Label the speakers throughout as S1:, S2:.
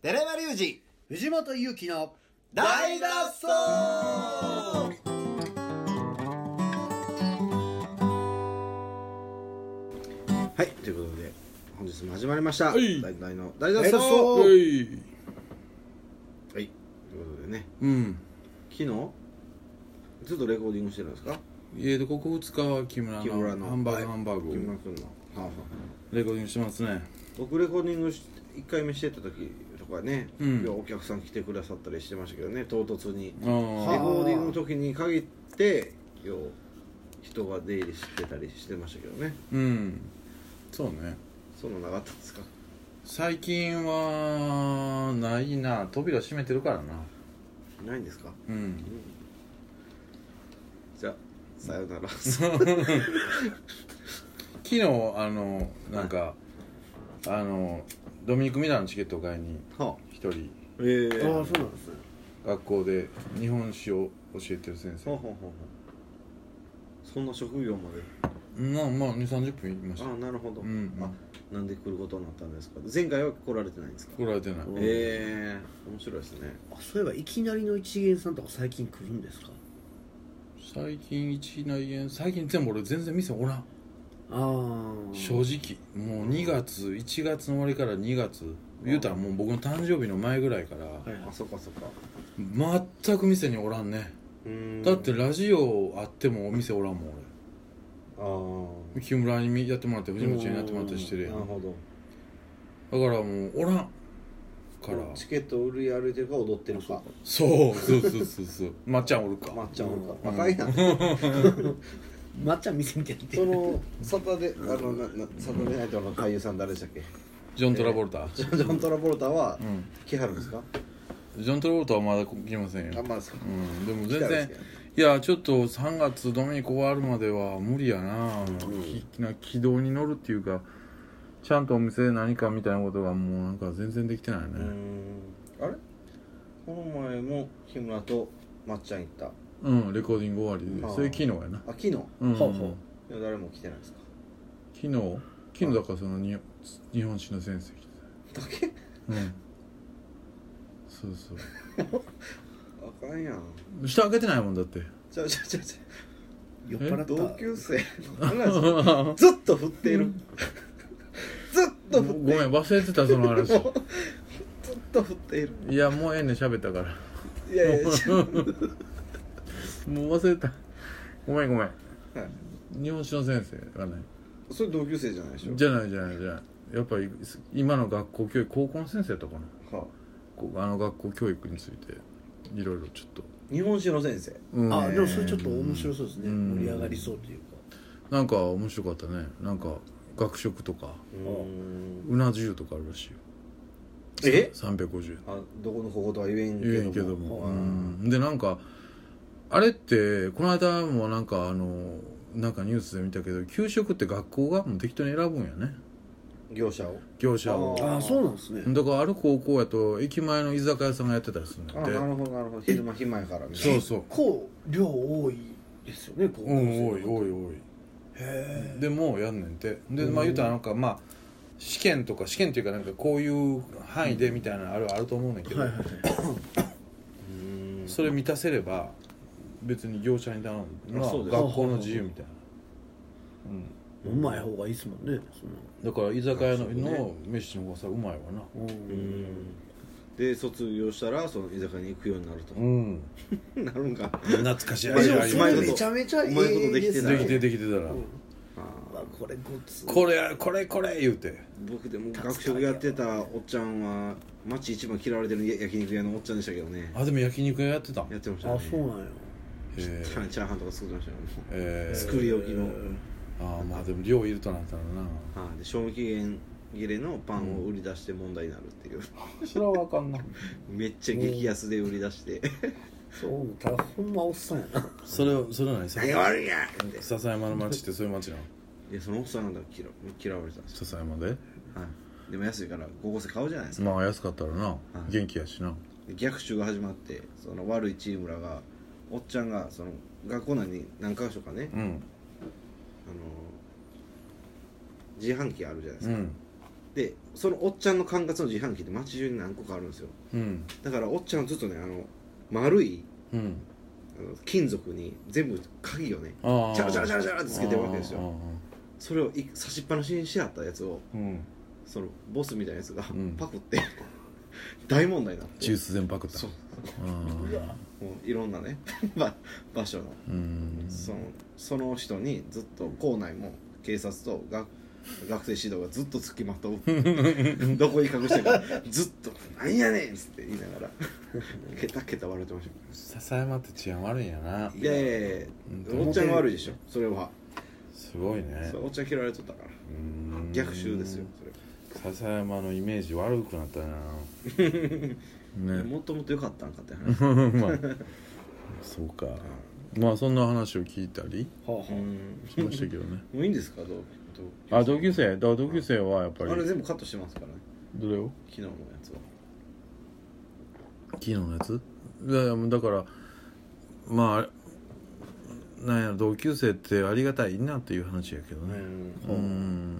S1: 寺山隆
S2: 二藤本勇樹の
S1: 二大脱走
S2: はいということで本日も始まりました、
S3: はい
S2: 大大の大脱走
S3: そう
S2: はい
S3: い
S2: ということでね
S3: うん
S2: 昨日ずっとレコーディングしてるんですか
S3: えーとここ2日は木村の
S2: 木村の
S3: ハンバー
S2: は
S3: グ
S2: い
S3: ハンバーグ
S2: 木村君の、はあはあ
S3: レコーディングしてますね
S2: 僕レコーディングし1回目してた時とかね、
S3: うん
S2: いやお客さん来てくださったりしてましたけどね唐突に
S3: あー
S2: レコーディングの時に限ってよう人が出入りしてたりしてましたけどね
S3: うんそうね
S2: そんなのなかったんですか
S3: 最近はないな扉閉めてるからな
S2: ないんですか
S3: うん
S2: じゃあさよう なら
S3: 昨日あのなんかあのドミニク・ミラーのチケットを買いに
S2: はあ
S3: 一人
S2: ええ
S1: ああそうなんですね
S3: 学校で日本史を教えてる先
S2: ほう
S3: 生
S2: ほうほうほうそんな職業まで
S3: まあまあ2 3 0分いまし
S2: あ
S3: た
S2: あなるほど、
S3: うん
S2: あなんで来ることになったんですか前回は来られてないんですか
S3: 来られてない
S1: うん
S2: ええ面白いですね
S1: あそういえばいきなりの一元さんとか最近来るんですか
S3: 最近一内縁最近全部俺全然店おらん
S1: ああ
S3: 正直もう2月1月の終わりから2月言うたらもう僕の誕生日の前ぐらいから
S1: はいはい
S2: あそっかそっか
S3: 全く店におらんね
S2: うーん
S3: だってラジオあってもお店おらんもん
S2: ああ
S3: 俺木村にやってもらって藤本ちゃんにやってもらったりしてるやん
S2: なる
S3: だか
S2: ほど
S3: らもうおらんから
S2: チケット売り歩いてるか踊ってるか
S3: そうそうそうそうそうまっちゃんおるか
S2: まっちゃんおるか
S3: うん
S2: 若いな
S1: まっちゃん店みたいになって
S2: そ
S1: る
S2: のサタデーあのななサタデーナイトの俳優さん誰でしたっけ
S3: ジョン・トラボルタ
S2: ジョン・トラボルタは
S3: うん
S2: 来はるんですか
S3: ジョン・トラボルタはまだ来ません
S2: あ
S3: よ
S2: まあですか
S3: うんでも
S2: 来
S3: 全
S2: たんで
S3: 然
S2: すけど
S3: いやちょっと3月ドミニク終わるまでは無理やな,、きな軌道に乗るっていうかちゃんとお店で何かみたいなことがもうなんか全然できてないね、
S2: うーんあれこの前も木村とまっちゃん行ったあ
S3: うん、レコーディング終わりで
S2: あー
S3: それ昨日やな
S2: 昨日いや
S3: うん、
S1: ほうほ
S2: 誰も来てないですか
S3: 昨日昨日だからそのに日本史の先生来て
S2: だけ
S3: たうんそうそ
S2: あかんやん
S3: う下開けてないもんだって
S2: ちゃうちゃうちゃうちゃう
S1: 酔っ払った
S2: 同級生の話ずっと振っているずっ
S3: ご
S2: と振っ
S3: めん
S2: ている
S3: 忘れてたその話
S2: ずっと振っている
S3: いやもうええねん喋ったから
S2: い やいやちゃう
S3: もう忘れたごめんごめん
S2: はい
S3: 日本史の先生がね
S2: それ同級生じゃないでしょ
S3: じゃないじゃないじゃないやっぱり今の学校教育高校の先生とかな
S2: は
S3: こうあの学校教育についていろいろちょっと、
S2: あ日本史の先生
S3: うん
S1: あでもそれちょっと面白そうですね
S3: うん
S1: 盛り上がりそうというか
S3: なんか面白かったねなんか学食とか
S2: うん
S3: うな重とかあるらしいよ
S2: え
S3: 350円
S2: あどこの高校とは言えんけど
S3: 言えんけども、うん、でなんかあれってこの間もなんかあのなんかニュースで見たけど給食って学校がもう適当に選ぶんやね
S2: 業者を
S3: 業者を
S2: あー
S1: ああそうなんですね
S3: だからある高校やと駅前の居酒屋さんがやってたりするんだ
S2: あ
S3: っ
S2: な
S3: て
S2: るほどなるほど昼間暇やからみたい
S3: そう
S2: な
S3: そう
S1: こう量多いですよね高校
S3: う
S1: 生
S3: ん多い多い多い
S1: へ
S3: でもうやんねんてでまあ言うたらなんかまあ試験とか試験っていうかなんかこういう範囲でみたいなのあるあると思うねんけ
S1: え
S3: ど、
S1: はいはいはい
S2: うん
S3: それ満たせれば別に業者に頼むの
S2: あ
S3: は
S2: そうです
S3: 学校の自由みたいな、
S1: うまい方がいいですもんね
S3: うん、だから居酒屋の,、
S2: あそうね
S3: の飯の方がさうまいわな
S1: そのうん
S2: で卒業したらその居酒屋に行くようになると、
S3: ん
S2: なるんか
S3: 懐かしい
S1: で
S2: や
S1: も
S2: い
S1: そ
S2: やいやうまい
S1: れ
S2: こと
S1: めちゃめちゃいい
S2: まいことできて
S1: です
S2: な
S3: で
S2: い
S3: き
S1: ね
S3: てできてたら、
S1: うん
S2: あ
S1: うわ
S2: ー
S1: これごつ
S3: これこれこれ言うて
S2: 僕でも学食やってたおっちゃんは町一番嫌われてる焼肉屋のおっちゃんでしたけどね
S3: あでも焼肉屋やってたん
S2: やってましたね
S1: あそうなんや
S3: え
S2: チャーチャーハンとか作ってましたよ
S3: え
S2: ね作り置きの、
S3: ああまあでも量いるとなったらな
S2: はいで賞味期限切れのパンを売り出して問題になるっていう、
S3: それはわかんな
S2: めっちゃ激安で売り出して
S1: そうただほんまおっさんやな
S3: それそれは何
S2: 「
S3: さ
S2: 何が悪いんや!」って
S3: 笹山の町ってそういう町 なの
S2: いやそのおっさんが嫌嫌われてたんですよ、
S3: 笹山で
S2: はい、でも安いから高校生買うじゃないですか
S3: まあ安かったらな、
S2: い
S3: 元気やしな
S2: 逆襲が始まってその悪いチームらがおっちゃんがその学校内に何か所かね、あの
S3: うん
S2: 自販機あるじゃないです
S3: う
S2: か、
S3: ん
S2: でそのおっちゃんの管轄の自販機って街中に何個かあるんですよ
S3: うん
S2: だからおっちゃんはずっとねあの丸い
S3: うん
S2: あの金属に全部鍵をね
S3: ああ
S2: チャラチャラチャ
S3: ラ
S2: ラチャラってつけてるわけです
S3: あああ
S2: よそれをい差しっぱなしにしてあったやつを
S3: あうん
S2: そのボスみたいなやつが
S3: うん
S2: パクって大問題になって
S3: ジュース全パクった
S2: そう
S3: ああ
S2: もういろんなね ば場所の
S3: うん
S2: そのその人にずっと校内も警察と学学生指導がずっとつきま とうどこに隠してるかずっと「なんやねん!」っつって言いながらケタケタ笑ってました
S3: 笹山って治安悪いんやない
S2: やいやいや
S3: うん
S2: おっちゃんが悪いでしょそれは
S3: すごいね
S2: そうおっちゃん嫌われとったから
S3: うん
S2: 逆襲ですよそれ
S3: 笹山のイメージ悪くなった なね
S2: もっともっと良かったんかって話
S3: まあそうかまあそんな話を聞いたり
S1: あはあ
S2: うん
S3: しましたけど ね
S2: もういいんですか同同
S3: あ同級生だから同級生はやっぱり
S2: あれ全部カットしてますからね
S3: どれを
S2: 昨日のやつは
S3: 昨日のやついやいやもうだからまああれなんや同級生ってありがたいなっていう話やけどねう
S2: うん
S3: ん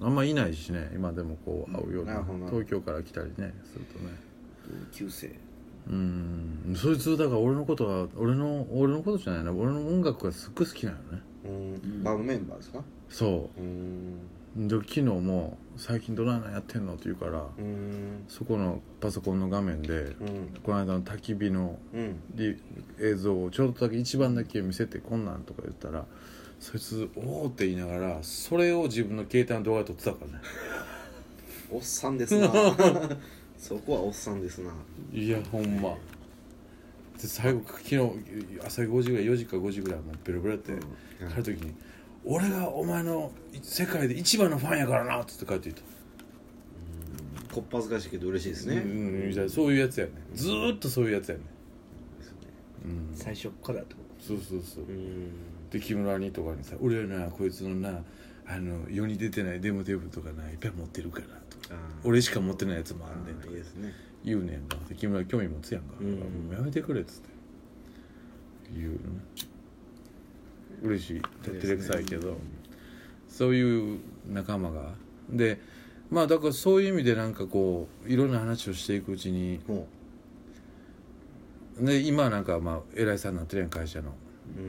S3: あんまいないしね今でもこう会うよう
S2: な
S3: な
S2: るほどな
S3: 東京から来たりねするとね
S1: 同級生
S3: うんそいつだから俺のことは俺の俺のことじゃないな俺の音楽がすっごい好きなのね
S2: うんバンドメンバーですか
S3: そう
S2: ーん
S3: うで昨日も「最近どないなんやってんの?」って言うから
S2: うーん
S3: そこのパソコンの画面で
S2: うん
S3: この間の焚き火の
S2: うん
S3: リ映像をちょっとだけ一番だけ見せてこんなんとか言ったらそいつ「おお」って言いながらそれを自分の携帯の動画で撮ってたからね
S2: おっさ んですなそこはおっさんですない
S3: やほんまで最後昨日朝5時ぐらい4時か5時ぐらいもうベロベロやって帰る時に「俺がお前の世界で一番のファンやからな」っつって帰っていった
S2: こっぱずかしいけど嬉しいですね
S3: うん、じゃあそういうやつやねずーっとそういうやつやねうん
S1: 最初っからってこと
S3: そうそうそう
S2: うん
S3: で木村にとかにさ「俺はなこいつのなあの世に出てないデモテープとかないっぱい持ってるから」とか「
S2: あー
S3: 俺しか持ってないやつも
S2: あ
S3: あんねん」
S2: ー
S3: と
S2: い
S3: か
S2: いですね
S3: 言うねんかで木村興味持つやんか「
S2: うん
S3: もうやめてくれ」っつって言うね嬉しい照れくさいけど、そういう仲間がでまあだからそういう意味でなんかこういろんな話をしていくうちに
S2: も
S3: で今なんかまあ偉いさんになってるやん会社の
S2: うう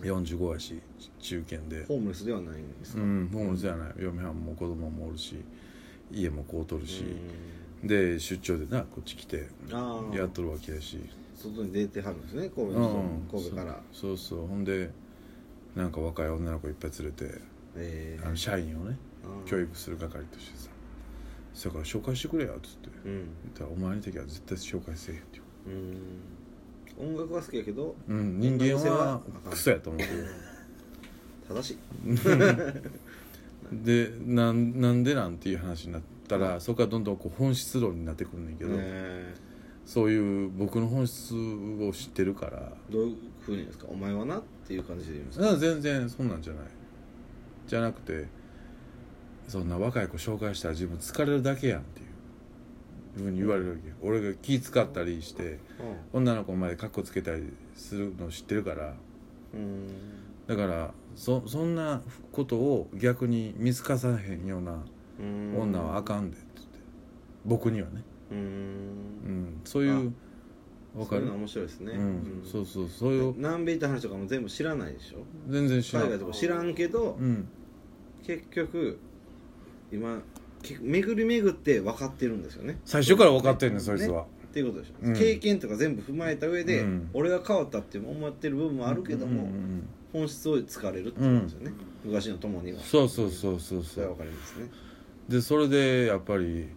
S2: ーん
S3: 45やし中堅で
S2: ホームレスではないんです
S3: う
S2: か
S3: んホームレスじゃない嫁はんも子供もおるし家もこうとるし
S2: う、
S3: で出張でなこっち来て
S2: んああ
S3: やっとるわけやし
S2: 外に出てはるんですね
S3: う
S2: 神戸の
S3: ん
S2: 神戸から
S3: そうそうそうほんでなんか若い女の子いっぱい連れて
S2: え
S3: あの社員をね
S2: ー
S3: 教育する係としてさ「そやから紹介してくれや」っつって
S2: うん
S3: 言ったら「お前の時は絶対紹介せえへん」って言う
S2: うん音楽は好きやけど
S3: うん人間はクソやと思うけど
S2: 正しい
S3: でなんなんでなんていう話になったら、そこからどんどんこう本質論になってくるんだけど、
S2: え
S3: そういう僕の本質を知ってるから
S2: ーどういうふうにですかお前はなっていう感じで言うんですか
S3: うん全然そんなんじゃないじゃなくてそんな若い子紹介したら自分疲れるだけやんっていうふうに言われるわけよ俺が気使ったりして女の子までカッコつけたりするの知ってるから
S2: うん
S3: だからそそんなことを逆に見透かさへんような
S2: うん
S3: 女はあかんでって言って僕にはね
S2: う
S3: うんん、そういうわか
S2: そういう
S3: る
S2: の面白いですね
S3: うん
S2: ん
S3: そうそうそういう
S2: 南米行った話とかも全部知らないでしょ
S3: 全然知ら
S2: 海
S3: ん
S2: 外とか知らんけど
S3: うん
S2: 結局今け巡り巡って分かってるんですよね
S3: 最初から分かってんねんそいつは
S2: っていうことでしょ、
S3: うん
S2: 経験とか全部踏まえた上で、
S3: うん
S2: 俺が変わったって思ってる部分もあるけども、
S3: うん
S2: 本質を疲れるってことですよね、昔の友には
S3: そうそうそうそう
S2: そ
S3: そ
S2: れは
S3: う
S2: 分かりますね
S3: でそれでやっぱり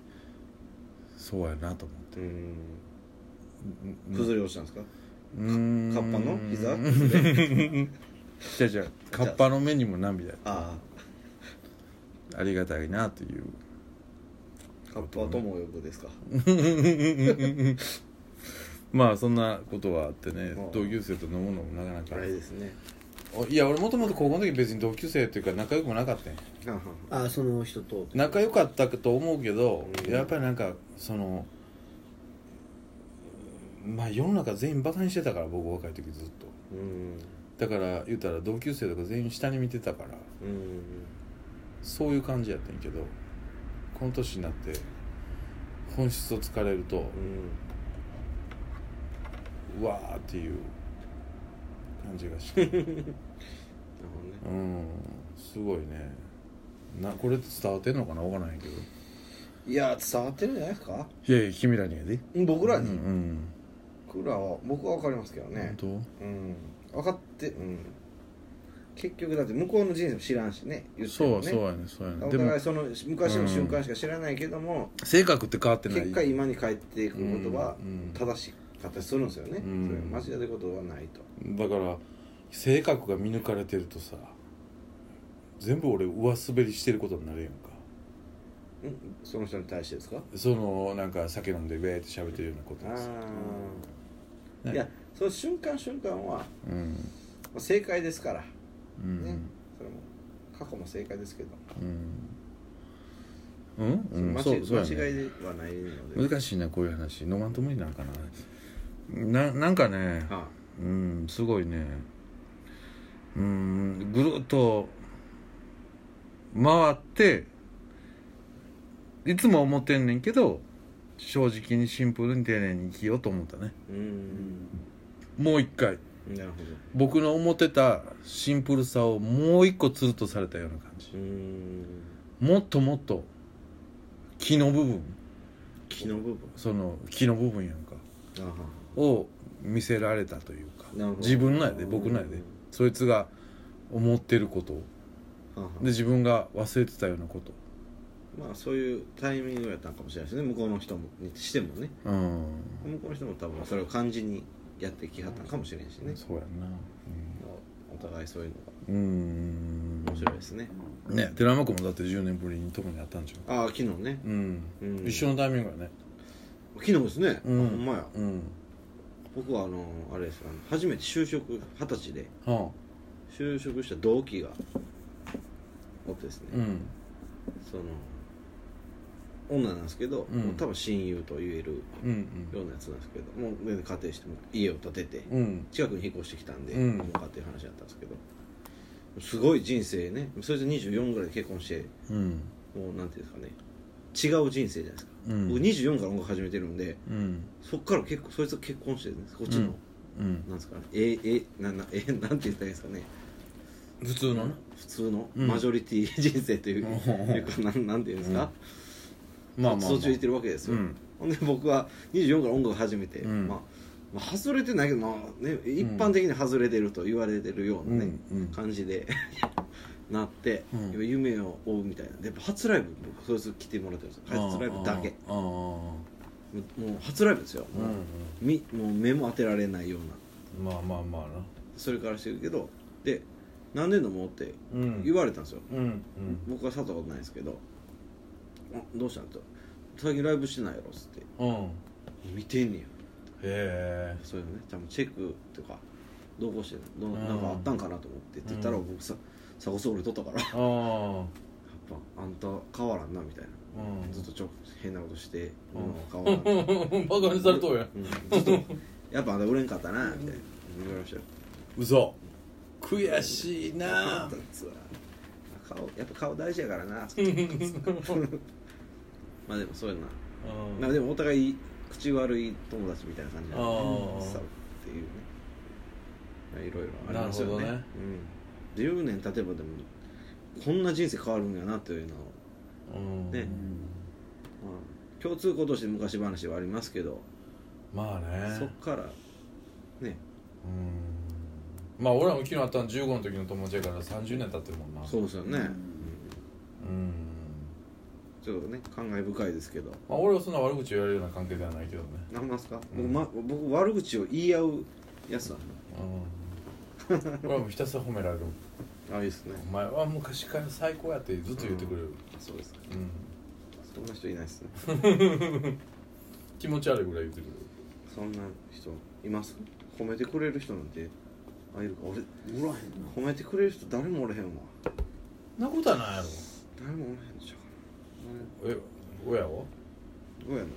S3: そうやなと思っ
S2: うん
S3: て
S2: 崩れ落ちたんですか、
S3: うーん
S2: カッパの膝
S3: うん じゃじゃカッパの目にも涙
S2: あ
S3: ありがたいなという
S2: あカッパは友を呼ぶですか
S3: まあそんなことはあってね
S2: うん
S3: 同級生と飲むのもなかなか
S2: あれですね
S3: おいや俺もともと高校の時別に同級生っていうか仲良くもなかったんや
S2: はんはんはん
S1: ああその人と
S3: 仲良かったと思うけど、
S2: うん
S3: やっぱりなんかそのまあ世の中全員バカにしてたから僕若い時ずっと
S2: うん
S3: だから言うたら同級生とか全員下に見てたから
S2: うん
S3: そういう感じやったんやけどこの年になって本質を突かれると
S2: う
S3: うわーっていう感じがして
S2: んなる
S3: うんすごいねなこれ伝わってんのかな分からないけど
S2: ほどねいや伝わってるんじゃないですか
S3: いやいや君らにやで
S2: 僕らに、
S3: うん
S2: 僕らは僕は分かりますけど
S3: うん、
S2: ね
S3: 本
S2: うん分かってうん結局だって向こうの人生も知らんしね
S3: 当
S2: 言って
S3: そ
S2: も
S3: う
S2: ね
S3: そうやねそうやね
S2: お
S3: でも
S2: 互いその昔の瞬間しか知らないけども、
S3: 性格って変わってない
S2: 結果今に返っていくことは
S3: うん
S2: 正しかったりするんですよね、
S3: うん
S2: それは間違いでことはないと
S3: だから性格が見抜かれてるとさ全部俺上滑りしてることになるやんか
S2: んその人に対してですか
S3: そのなんか酒飲んでウェーって喋ってるようなこと
S2: あ
S3: です
S2: あ、
S3: ね
S2: いやその瞬間瞬間はま
S3: うん
S2: あ正解ですから
S3: うん、
S2: ねそれも過去も正解ですけど、
S3: うんうん、うん、
S2: 間
S3: そ
S2: 違
S3: うそうや
S2: 間違い
S3: ね
S2: ではないので、
S3: 難しいなこういう話飲まんと無理なんかなななんかね
S2: はあ
S3: うんすごいねうんぐるっと回っていつも思ってんねんけど正直にシンプルに丁寧に生きようと思ったね
S2: うーん
S3: もう一回
S2: なるほど
S3: 僕の思ってたシンプルさをもう一個ツルとされたような感じ
S2: うーん
S3: もっともっと木の部分
S2: 木の部分
S3: その木の部分やんか
S2: あは
S3: を見せられたというか
S2: なるほど
S3: 自分なんやで僕なんや
S2: う
S3: で
S2: ん
S3: そいつが思ってることを
S2: あはあ
S3: で自分が忘れてたようなこと
S2: まあそういうタイミングやったんかもしれないですね向こうの人もにしてもね
S3: うん
S2: 向こうの人も多分それを感じにやってきはったんかもしれんしね
S3: そうやんな
S2: お互いそういうの
S3: うんうん
S2: が面白いですね
S3: ね寺山君もだって10年ぶりに友に会ったんちゃ
S2: ああ昨日ね
S3: ううん、
S2: うん
S3: 一緒のタイミングやね
S2: 昨日ですね、
S3: うん
S2: あほんまや
S3: うん
S2: 僕はあのあれですあの初めて就職二十歳で
S3: は
S2: 就職した同期がおってですね
S3: あ、うん
S2: その女なんですけど、
S3: うん
S2: もう多分親友と言える
S3: うん
S2: ようなやつなんですけどもう全然家庭しても家を建てて、
S3: うんうん
S2: 近くに引っ越してきたんで、
S3: うん
S2: もう家庭話だったんですけどすごい人生ねそれで24ぐらいで結婚して
S3: うん
S2: もうなんていうんですかね違う人生じゃないですか、
S3: うん
S2: 僕24から音楽始めてるんで
S3: うん
S2: そっから結構そいつと結婚してるんですこっちの、
S3: うん
S2: なんですかねええななえなんて言ったらいいんですかね
S3: 普通のな
S2: 普通の
S3: うん
S2: マジョリティ人生という,、
S3: うん
S2: いうかなんなんていうんですか、
S3: まあまあ、まあ、
S2: 途中行ってるわけですよ、
S3: うん
S2: ほんで僕は24から音楽始めて、
S3: うん
S2: まあまあ外れてないけど、まあね、一般的に外れてると言われてるようなね、
S3: うんうん
S2: 感じで なって、
S3: うん
S2: 夢を追うみたいなで初ライブ僕そいつ来てもらってるんですよ初ライブだけ
S3: あああああ
S2: もうもう初ライブですよ、
S3: あ
S2: もうみもう目も当てられないような
S3: うんまあまあまあな
S2: それからしてるけどで何年のもって
S3: うん
S2: 言われたんですよ、
S3: うん
S2: 僕はさったことないですけど「あどうしたん?」と「最近ライブしてないやろ」っつって
S3: うんうん
S2: 「見てんねや」
S3: へえ
S2: そういうのね多分チェックとかどうこうしてんのどう
S3: うん
S2: なんかあったんかなと思ってって言ったら
S3: うん
S2: 僕さサゴソウル撮ったからやっ
S3: ああ
S2: ぱあんた変わらんなみたいな
S3: うん
S2: ずっとちょ変なことして
S3: うん
S2: うん変わらんな
S3: バカにされとうやん
S2: うんずっとやっぱあんた売れんかったなみたいな言われましたよ
S3: 嘘悔しい
S2: あ
S3: なん
S2: たつは顔やっぱ顔大事やからな まあでもそういうのは
S3: うん
S2: まあでもお互い口悪い友達みたいな感じなんで
S3: あー
S2: ねさっていうねまあいろいろありますよね
S3: なる
S2: うん、10年経てばでもこんな人生変わるんやなというのを、
S3: うん
S2: ねまあ、共通項として昔話はありますけど、
S3: まあ
S2: そっ
S3: ね
S2: からね
S3: うんまあ俺らも昨日会ったの15の時の友達やから30年経ってるもんな
S2: そうですよね、うん
S3: うん
S2: ちょっとね感慨深いですけど
S3: まあ俺はそんな悪口言われるような関係ではないけどね
S2: なんますか、
S3: うん
S2: 僕ま、僕悪口を言い合うやつだ
S3: うん俺はもうひたすら褒められる
S2: ああいいですね
S3: お前は昔から最高やってずっと言ってくれる
S2: そうですね
S3: うん
S2: そんな人いないですね
S3: 気持ち悪いぐらい言ってく
S2: そんな人います褒めてくれる人なんてあいるか俺
S1: おらへんな
S2: 褒めてくれる人誰もおれへんわ
S3: るなことはないやろ
S2: 誰もおれへんでしょ
S3: え親は
S2: 親なんて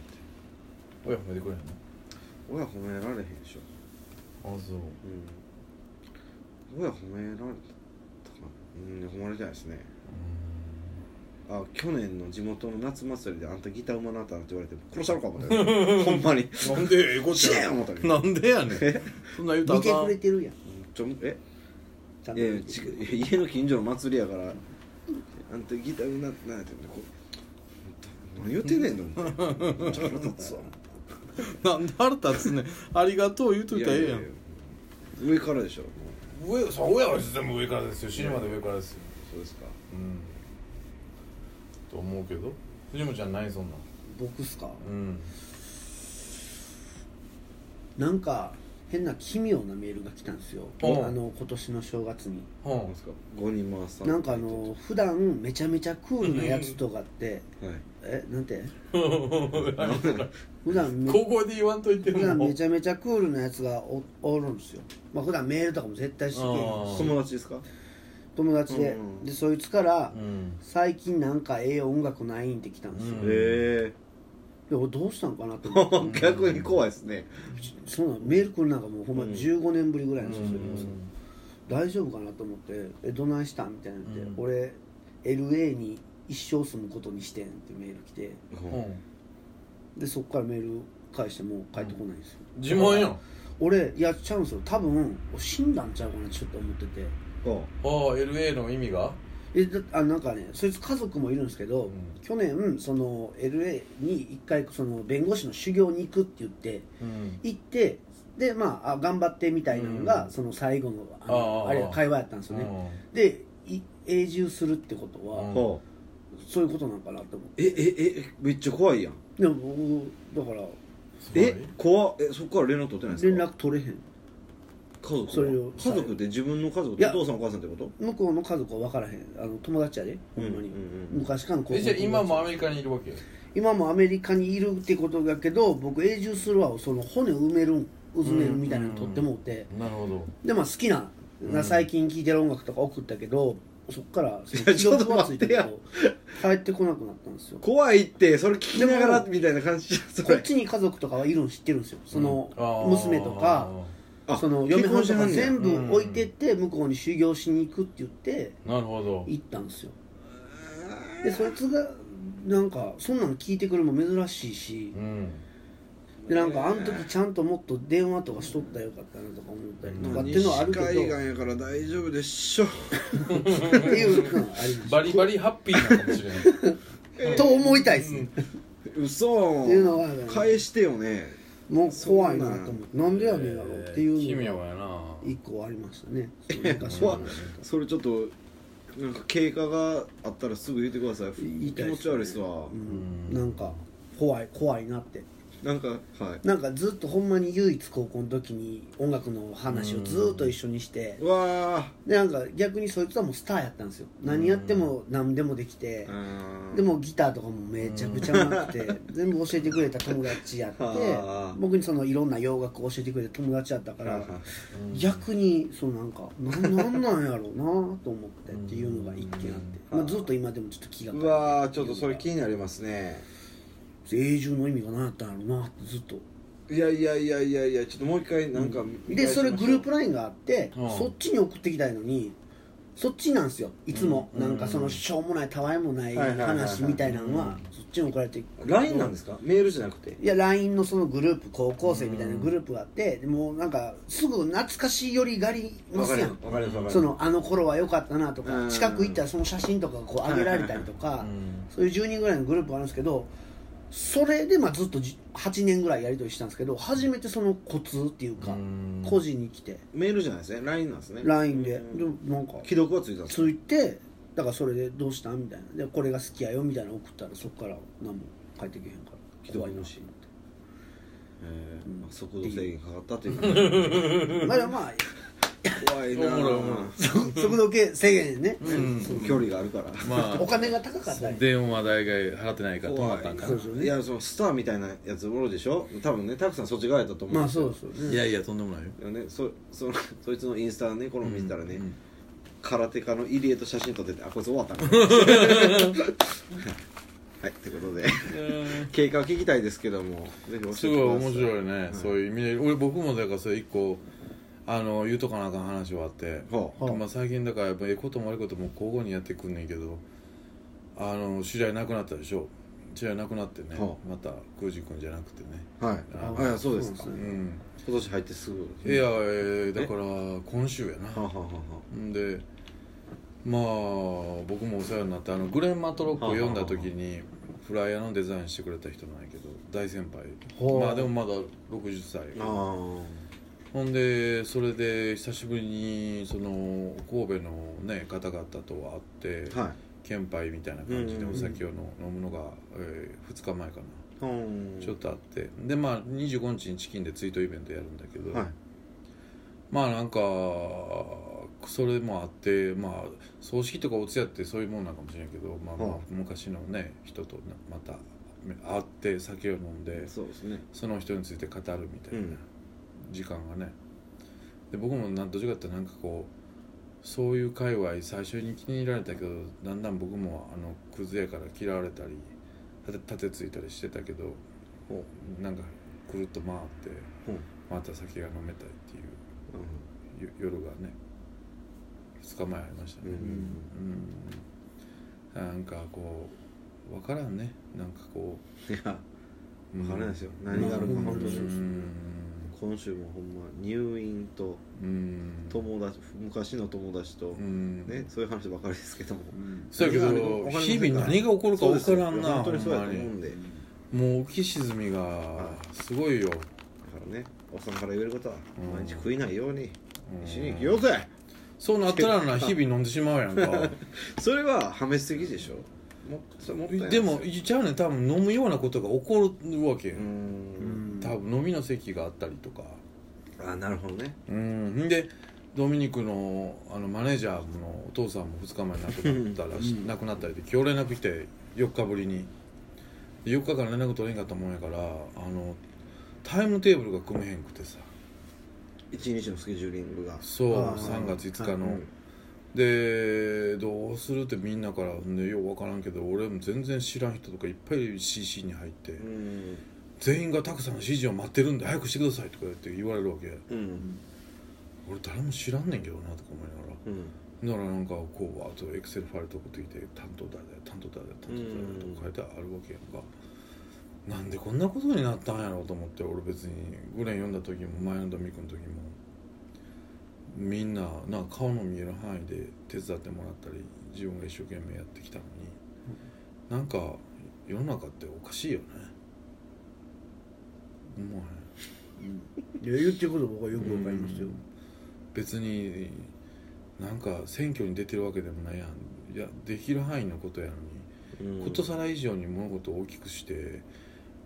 S3: 親褒めてくれへんの
S2: 親褒められへんでしょ
S3: あそう
S2: うん親褒められたかなうん褒められてないですねあ去年の地元の夏祭りであんたギターうまなったなって言われて殺したのか思ったよほんまに
S3: なんでえこっ
S2: 死
S3: ち
S2: ね
S3: ゃ
S2: よ思ったけど
S3: なんでやねんそんな言うた
S1: 見
S3: らあ
S1: て
S3: か
S1: くれ
S3: ん
S1: てるやん
S2: ちょえ
S1: ちゃん
S2: い
S1: と
S2: や
S1: 見て
S2: ち
S1: くれてる
S2: 家の近所の祭りやからあんたギターうまなったなってこう何言ってんねんと思ってめっちゃ腹立つわ
S3: なんで腹立つねんありがとう言うといたらええやん
S2: いいや上からでしょも
S3: 上そうや全部上からですよ死ぬまで上からですよ
S2: うそうですか
S3: うんと思うけど藤本ちゃんないそんなん
S1: 僕っすか
S3: うん
S1: なんか変な奇妙なメールが来たんですよあ
S3: お
S1: の今年の正月に
S2: どう
S3: は
S2: ですか五人回さ
S1: なんかあの普段めちゃめちゃクールなやつとかって
S2: はい
S1: えなん て
S3: あ
S1: 普段め
S3: 高校で言わんといて
S1: 普段
S3: も
S1: めちゃめちゃクールなやつがおおるんですよまあ普段メールとかも絶対してくれる
S3: あー
S2: 友達ですか
S1: 友達で
S2: うんうん
S1: でそいつから
S3: うん
S1: 「最近なんかええ音楽ないん?」って来たんですよ
S3: うん
S2: へ
S1: で俺どうしたんかなと 思って
S2: え逆に怖いですね
S1: そんなメール来るなんかもうほんま
S2: うん
S1: 15年ぶりぐらいの人
S3: う
S1: それこそ
S3: ん
S1: 大丈夫かなと思って「えどないしたん?」みたいなって、
S3: うん
S1: 俺 LA に一生住むことにしてん」ってメール来て
S3: うん
S1: でそこからメール返しても返ってこないんですよ、
S3: 自慢やんあ
S1: 俺やっちゃうんですよ多分死んだんちゃうかなってちょっと思ってて
S3: あ
S2: うん
S3: LA の意味が
S1: えだあなんかねそいつ家族もいるんですけど、
S3: うん
S1: 去年その LA に一回その弁護士の修行に行くって言って
S3: うん
S1: 行ってでまああ頑張ってみたいなのが、
S3: うん
S1: その最後のあの
S3: ああ
S1: あれ会話やったんですよね、でい永住するってことは、
S3: うん
S2: ほ
S1: そういうことなんかなと思って
S2: うえええめっちゃ怖いやん
S1: でも僕だから
S2: え怖っえそこから連絡取ってないんです
S1: 連
S2: か
S1: 絡取れへん
S2: 家族は
S1: それを
S2: 家族って自分の家族っ
S1: い
S2: て
S1: や
S2: お父さんお母さんってこと
S1: 向こうの家族は分からへんあの友達やでほんまに、
S2: うんうんうん
S1: 昔からの高校
S3: え
S1: の
S3: じゃあ
S1: 友達
S3: 今もアメリカにいるわけ
S1: 今もアメリカにいるってことだけど僕永住するわをその骨埋めるんうずめるみたいなの取ってもうて、
S3: なるほど
S1: でまあ好きな、
S3: うん
S1: 最近聴いてる音楽とか送ったけどそっからその
S2: いやちょっと
S1: 記録はついてるけど
S2: 待
S1: 帰ってこなくなったんですよこ
S2: 怖いってそれ聞きながら
S1: で
S2: みたいな感じじゃんそ
S1: っ
S2: れ
S1: ちに家族とかはいるの知ってるんですよその
S3: うんああ
S1: 娘とか、
S2: あ
S1: その嫁はんとか
S2: 結婚してはんねや
S1: 全部置いてって向こうに修行しに行くって言って
S3: なるほど
S1: 行ったんですよでそいつがなんかそんなの聞いてくるのも珍しいし
S3: うん
S1: でなんかあの時ちゃんともっと電話とかしとったらよかったなとか思ったりとかっていうのはある
S2: 西
S1: けどっ
S2: 海
S1: て
S2: 岸やから大丈夫でしょ
S1: いうのはありま
S3: バリバリハッピーなのかもしれな
S1: す
S3: い
S1: と思いたいですね
S2: 嘘
S1: っていうのはある
S2: 返してよね
S1: もう怖いなと思ってなんでやねんやろうってい
S3: 奇
S1: う
S3: 妙
S1: の
S3: やな
S1: 一個ありましたねその
S2: いや
S1: 昔
S2: 怖
S1: はい
S2: それちょっとなんか経過があったらすぐ言ってください
S1: 言い
S2: 気
S1: たいっすね
S2: 持ち悪いっすわ
S1: う、ん
S3: うん
S1: なんか怖い怖いなって
S2: なんかはい
S1: なんかずっとほんまに唯一高校の時に音楽の話をずっと一緒にして
S2: うわ
S1: でなんか逆にそいつはもうスターやったんですよ何やっても何でもできて
S2: ーあー
S1: でもギターとかもめちゃくちゃうまくて全部教えてくれた友達やって
S2: あー
S1: 僕にそのいろんな洋楽を教えてくれた友達やったから
S3: うん
S1: 逆にそうなん かななんなんやろうなと思ってっていうのが一件あって、
S2: うん
S1: まあ、ずっと今でもちょっと気がか
S2: うわーちょっとそれ気になりますね
S1: 永住の意味が何やったんやろうなってずっと
S2: いやいやいやいやいやちょっともう一回なんか見
S1: で
S2: 返しま
S1: そ
S2: しょう
S1: れグループラインがあって、
S3: うん
S1: そっちに送ってきたいのにそっちなんですよいつも、
S3: うん
S1: なんかそのしょうもないたわいもない
S2: はいはいはいはい
S1: 話みたいなのはそっちに送られてくる
S2: LINE なんですかメールじゃなくて
S1: いや LINE のそのグループ高校生みたいなグループがあって、でもうなんかすぐ懐かしいよりがりま
S2: わか
S1: す
S2: り
S1: や
S2: ます
S1: ん
S2: わかりますわかります
S1: そのあの頃は良かったなと
S2: う
S1: か
S2: ん
S1: 近く行ったらその写真とかがこう上げられたりとか
S3: うん
S1: そういう10人ぐらいのグループがあるんですけどそれでまあずっとじ8年ぐらいやり取りしたんですけど初めてそのコツっていうか
S3: うん
S1: 個人に来て
S2: メールじゃないですね LINE なんですね
S1: LINE で
S2: うん
S1: でなんか
S2: 既読はついたんですか
S1: ついてだからそれでどうしたんみたいなでこれが好きやよみたいなの送ったらそこから何も返ってけへんから
S2: 既読無
S1: な
S2: 視えーまあ速度
S1: っていう
S2: 制限かかった という
S1: まあでもまあ
S2: 怖いな
S3: おもろいおもろい
S2: あ
S1: 速度計制限ね
S3: うん
S1: そう
S2: 距離があるから
S3: ま
S1: お金が高かったり
S3: 電話代が払ってないから止まったんか
S1: そ
S3: な
S1: うですよね
S2: いやそのスターみたいなやつおるでしょ多分ねたくさんそっち側やったと思うん
S1: まあ
S2: ですよ
S1: そうですよね
S3: いやいやとんでもないよ
S2: でもねそそそいつの インスタねこの見てたらね、空手家の入江と写真撮っててあこいつ終わったなはいってことで 経過を聞きたいですけどもぜひ教えてください
S3: すごい面白いね
S2: ん
S3: そういう意味で俺僕もだからそれ一個あの言うとかなあかん話はあって
S2: ほう
S1: はあ
S3: まあ最近だからやっぱええことも悪いことも交互にやってくんねんけどあの知り合い亡くなったでしょ知り合い亡くなってね、
S2: は
S3: また空司君じゃなくてね
S2: はい
S3: あ
S2: あいやそうです
S1: そ
S2: か
S1: う
S3: う
S1: で
S3: ん
S2: 今年入ってすぐ
S3: いや、えーだから今週やな
S2: はははは
S3: んでまあ僕もお世話になってあのグレン・マトロックを読んだ時にフライヤーのデザインしてくれた人なんやけど大先輩
S1: ほう
S3: まあでもまだ60歳
S2: ああ
S3: ほんでそれで久しぶりにその神戸のね方々と会って
S2: は
S3: 献杯みたいな感じで
S2: うん
S3: お酒を飲むのが、え2日前かない
S2: うん
S3: ちょっとあってでまあ25日にチキンで追悼イベントやるんだけど、
S2: はい
S3: まあなんかそれもあってまあ葬式とかお通夜ってそういうもんなんかもしれんけど、まあ、まあ
S2: はい
S3: 昔のね人となまた会って酒を飲んで
S2: そうですね
S3: その人について語るみたい
S2: うん
S3: な時間がね、で僕もなんどっちかっていうとなんかこうそういう界隈最初に気に入られたけどだんだん僕もあのクズやから嫌われたり立て立てついたりしてたけど
S2: ほ
S3: なんかくるっと回って
S2: ほう
S3: また酒が飲めたいっていうよ夜がね2日前ありました
S2: う
S3: ね
S2: ん
S3: うんなんかこう分からんねなんかこ
S2: いや
S3: う
S2: 分からないです
S3: よ
S2: よ何があるか本当
S1: う
S2: に
S1: ん
S2: 今週もほんま入院と
S3: うん
S2: 友達昔の友達と
S3: うん
S2: ねそういう話ばかりですけども
S3: そうやけど
S2: 何があるか分かりません
S3: 日々何が起こるか分からんな
S2: そうですよいや本当にそうやと思
S3: ほ
S2: うんん
S3: ま
S2: でだ
S3: にもう浮き沈みがすごいよ
S2: からねおっさんから言えることは
S3: うん
S2: 毎日食いないよう
S3: う
S2: に
S3: ん
S2: 一緒に生きようぜ
S3: そうなったらな日々飲んでしまうやんか
S2: それは破滅的でしょもそれもったいないす
S3: で
S2: よ
S3: も言っちゃうねん多分飲むようなことが起こるわけ
S2: う
S3: よ
S2: ーん
S3: 多分飲みの席があったりとか
S2: あなるほどね
S3: うんでドミニクのあのマネージャーのお父さんも2日前に亡くなったらし、
S1: うん
S3: 亡くなったりで今日連絡来て4日ぶりにで4日間連絡取れんかったもんやからあのタイムテーブルが組めへんくてさ
S2: 一日のスケジューリングが
S3: そう
S1: あー
S3: 3月5日の、
S2: うん
S3: でどうするってみんなから、ね、よう分からんけど俺も全然知らん人とかいっぱい CC に入って、
S2: うん
S3: 全員がたくさんの指示を待ってるんで早くしてくださいとか言って言われるわけ
S2: うん
S3: 俺誰も知らんねんけどなとか思いながら
S2: う
S3: だ
S2: ん
S3: からなんかこうあとエクセルファイルとかってきて担当だよ担当だよ担当だよとか書いてあるわけやんかなんでこんなことになったんやろうと思って俺別にグレン読んだ時も前のドミクの時もみんなな顔の見える範囲で手伝ってもらったり自分が一生懸命やってきたのに、なんか世の中っておかしいよね思わへん
S1: いや言ってること僕はよくわかりますよ
S3: うん別になんか選挙に出てるわけでもないやんいやできる範囲のことやの
S2: うん
S3: にことさら以上に物事を大きくして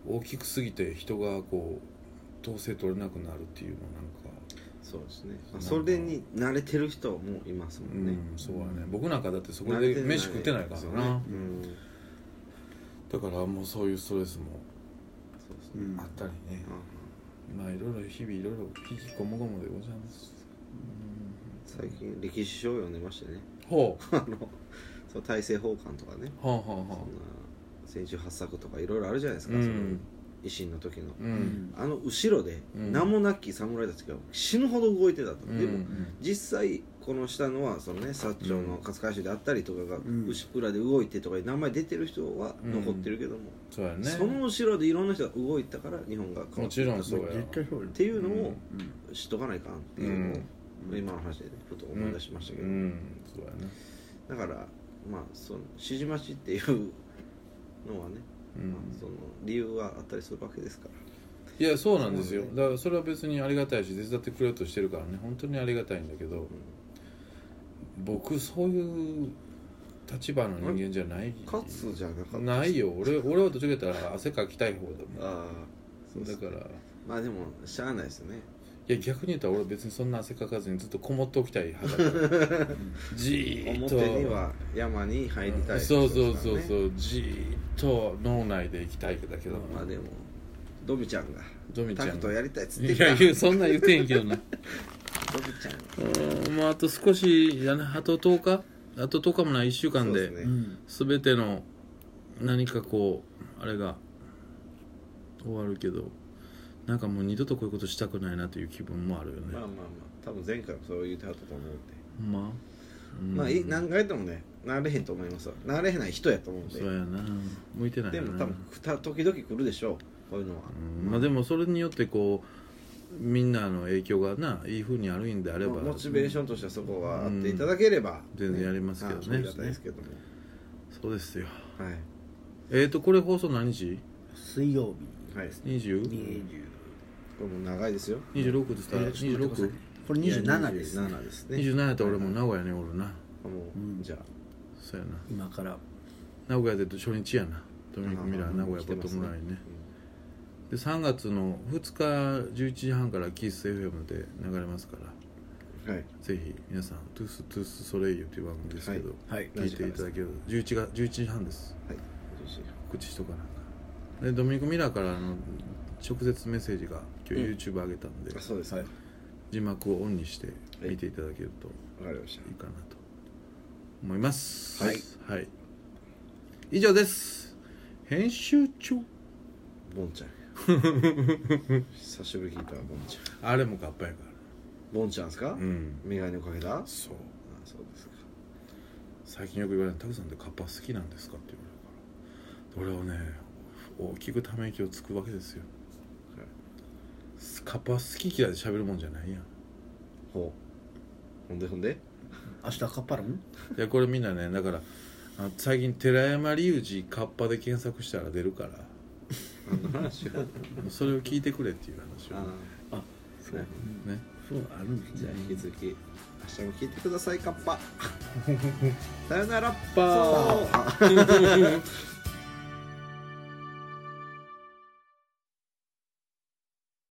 S3: 大きくすぎて人がこう統制取れなくなるっていうのなん
S2: そうですねまあそれに慣れてる人もいますも
S3: か、
S2: んね
S3: うんそうやね僕なんかだってそこ
S2: 慣れ
S3: で
S2: てない
S3: 飯食ってないから
S2: そうね
S3: な、
S2: うん
S3: だからもうそういうストレスも
S2: そうです
S1: う
S2: ね
S1: ん
S3: あったりね、
S2: あ
S3: まあいろいろ日々いろいろひきこもごもでございます、
S2: 最近歴史書を読んでましてね
S3: ほう
S2: あのそう大政奉還とかね
S3: ほうほう
S2: そん
S3: ほ
S2: な戦中八策とかいろいろあるじゃないですか
S3: う
S2: そ
S3: ん
S2: の維新の時の
S3: ううん
S2: あの後ろで
S3: うん
S2: 名もなき侍たちが死ぬほど動いてたと、
S3: うん
S2: でも実際この下のはそのね薩長
S3: う
S2: の
S3: ん
S2: 勝海舟であったりとかが、
S1: ん
S2: 後裏で動いてとかいう名前出てる人は
S3: うん
S2: 残ってるけども、
S3: そうやね
S2: その後ろでいろんな人が動いたから日本が
S3: も
S2: 変わった
S3: ちろんそうや
S1: 絶対そうや
S2: っていうのを
S1: うん
S2: 知っとかないかんっていうのを、
S1: うん
S2: 今の話でねふと思い出しましたけど、
S3: うんそうやね
S2: だからまあその指示待ちっていうのはね、
S3: うん
S2: まあ、その理由はあったりするわけですから。
S3: いやそうなんですよ
S2: そうね
S3: だからそれは別にありがたいし手伝ってくれようとしてるからね本当にありがたいんだけど僕そういう立場の人間じゃない
S2: 勝つじゃなかった
S3: ないよ俺俺はどっちかというと汗かきたい方だも
S2: ああそうんだ
S3: だ
S2: か
S3: からら
S2: まあでもしゃあないですね
S3: いや逆に言ったら俺別にそんな汗かかずにずっとこもっておきたい派だからじーっと
S2: 表には山に入りたい
S3: そうそうそう
S2: う
S3: そうじーっと脳内で生きたいだけど
S2: まあでもドミちゃんが
S3: ドミちゃん
S2: タクトやりたいっつって
S3: い
S2: た
S3: やいやそんなん言ってへんけどな
S2: ドミちゃん
S3: うーんまああと少しやなあと10日あと10日もない1週間
S2: そう
S3: で
S2: です
S1: う
S2: ね
S1: ん
S3: 全ての何かこうあれが終わるけどなんかもう二度とこういうことしたくないなという気分もあるよね
S2: まあまあまあ多分前回もそう言ってはったと思うんで
S3: ほんまあ、うん
S2: まあい何回でもねなれへんと思いますわなれへんない人やと思うんで
S3: そうやな向いてない
S2: で
S3: よな
S2: も多分ふた時々来るでしょうこういうのは、
S3: うんまあでもそれによってこうみんなの影響がないいふうにあるんであれば
S2: まあモチベーションとしてはそこはあっていただければ、
S3: 全然やりますけどね
S2: はいありがたいですけども、
S3: そうですよ
S2: はい
S3: えっ、ー、とこれ放送何日
S1: 水曜
S2: はいこ
S3: ?20?26
S1: 日
S2: れも長いですよ
S3: って言ったら
S1: 20六
S3: 26
S1: これ27です
S2: 27ですね
S3: 27やったら俺もう名古屋におるな
S2: あもう、
S1: うん
S2: じゃあ
S3: そうやな
S1: 今から
S3: 名古屋で初日やなドミニクミラー名古屋
S2: 来
S3: ポ
S2: て
S3: ッ
S2: ま
S3: ト
S2: す
S3: ムラインねで3月の2日11時半からキース FM で流れますから
S2: うんはい
S3: ぜひ皆さん「トゥーストゥースソレイユ」という番組ですけど、
S1: はい
S2: は
S3: 聞
S2: い
S3: いていただけると11月11時半です
S2: はいよろしい
S3: 告知しとかなんかでドミニク・ミラーからあの直接メッセージが今日 YouTube 上げたんで、
S2: あそうです
S1: は
S2: ね
S1: い
S3: 字幕をオンにして見ていただけると
S2: わかりました
S3: いいかなと思います
S1: はい、
S3: はい、以上です編集長
S2: ボンちゃん久しぶり聞いたわボンちゃん
S3: あれもカッパやか
S2: ボンちゃんですから
S3: うん
S2: 眼鏡をかけたあ
S3: そう
S2: そうですか
S3: 最近よく言われる「タクさんってカッパ好きなんですか?」って言われるから俺をね大きくため息をつくわけですよ、
S2: はい
S3: カッパは好き嫌いで喋るもんじゃないやん
S2: ほうほんでほんで
S1: 明日カッパラン
S3: いやこれみんなねだからあの最近寺山隆二カッパで検索したら出るから
S2: あの話は
S3: もうそれを聞いてくれっていう話
S2: あ
S3: を
S2: あそうね
S3: ね
S1: そうあるんです
S2: じゃあ
S1: ね
S2: 引き続き明日も聞いてくださいカッパさよなら
S3: パー
S2: そう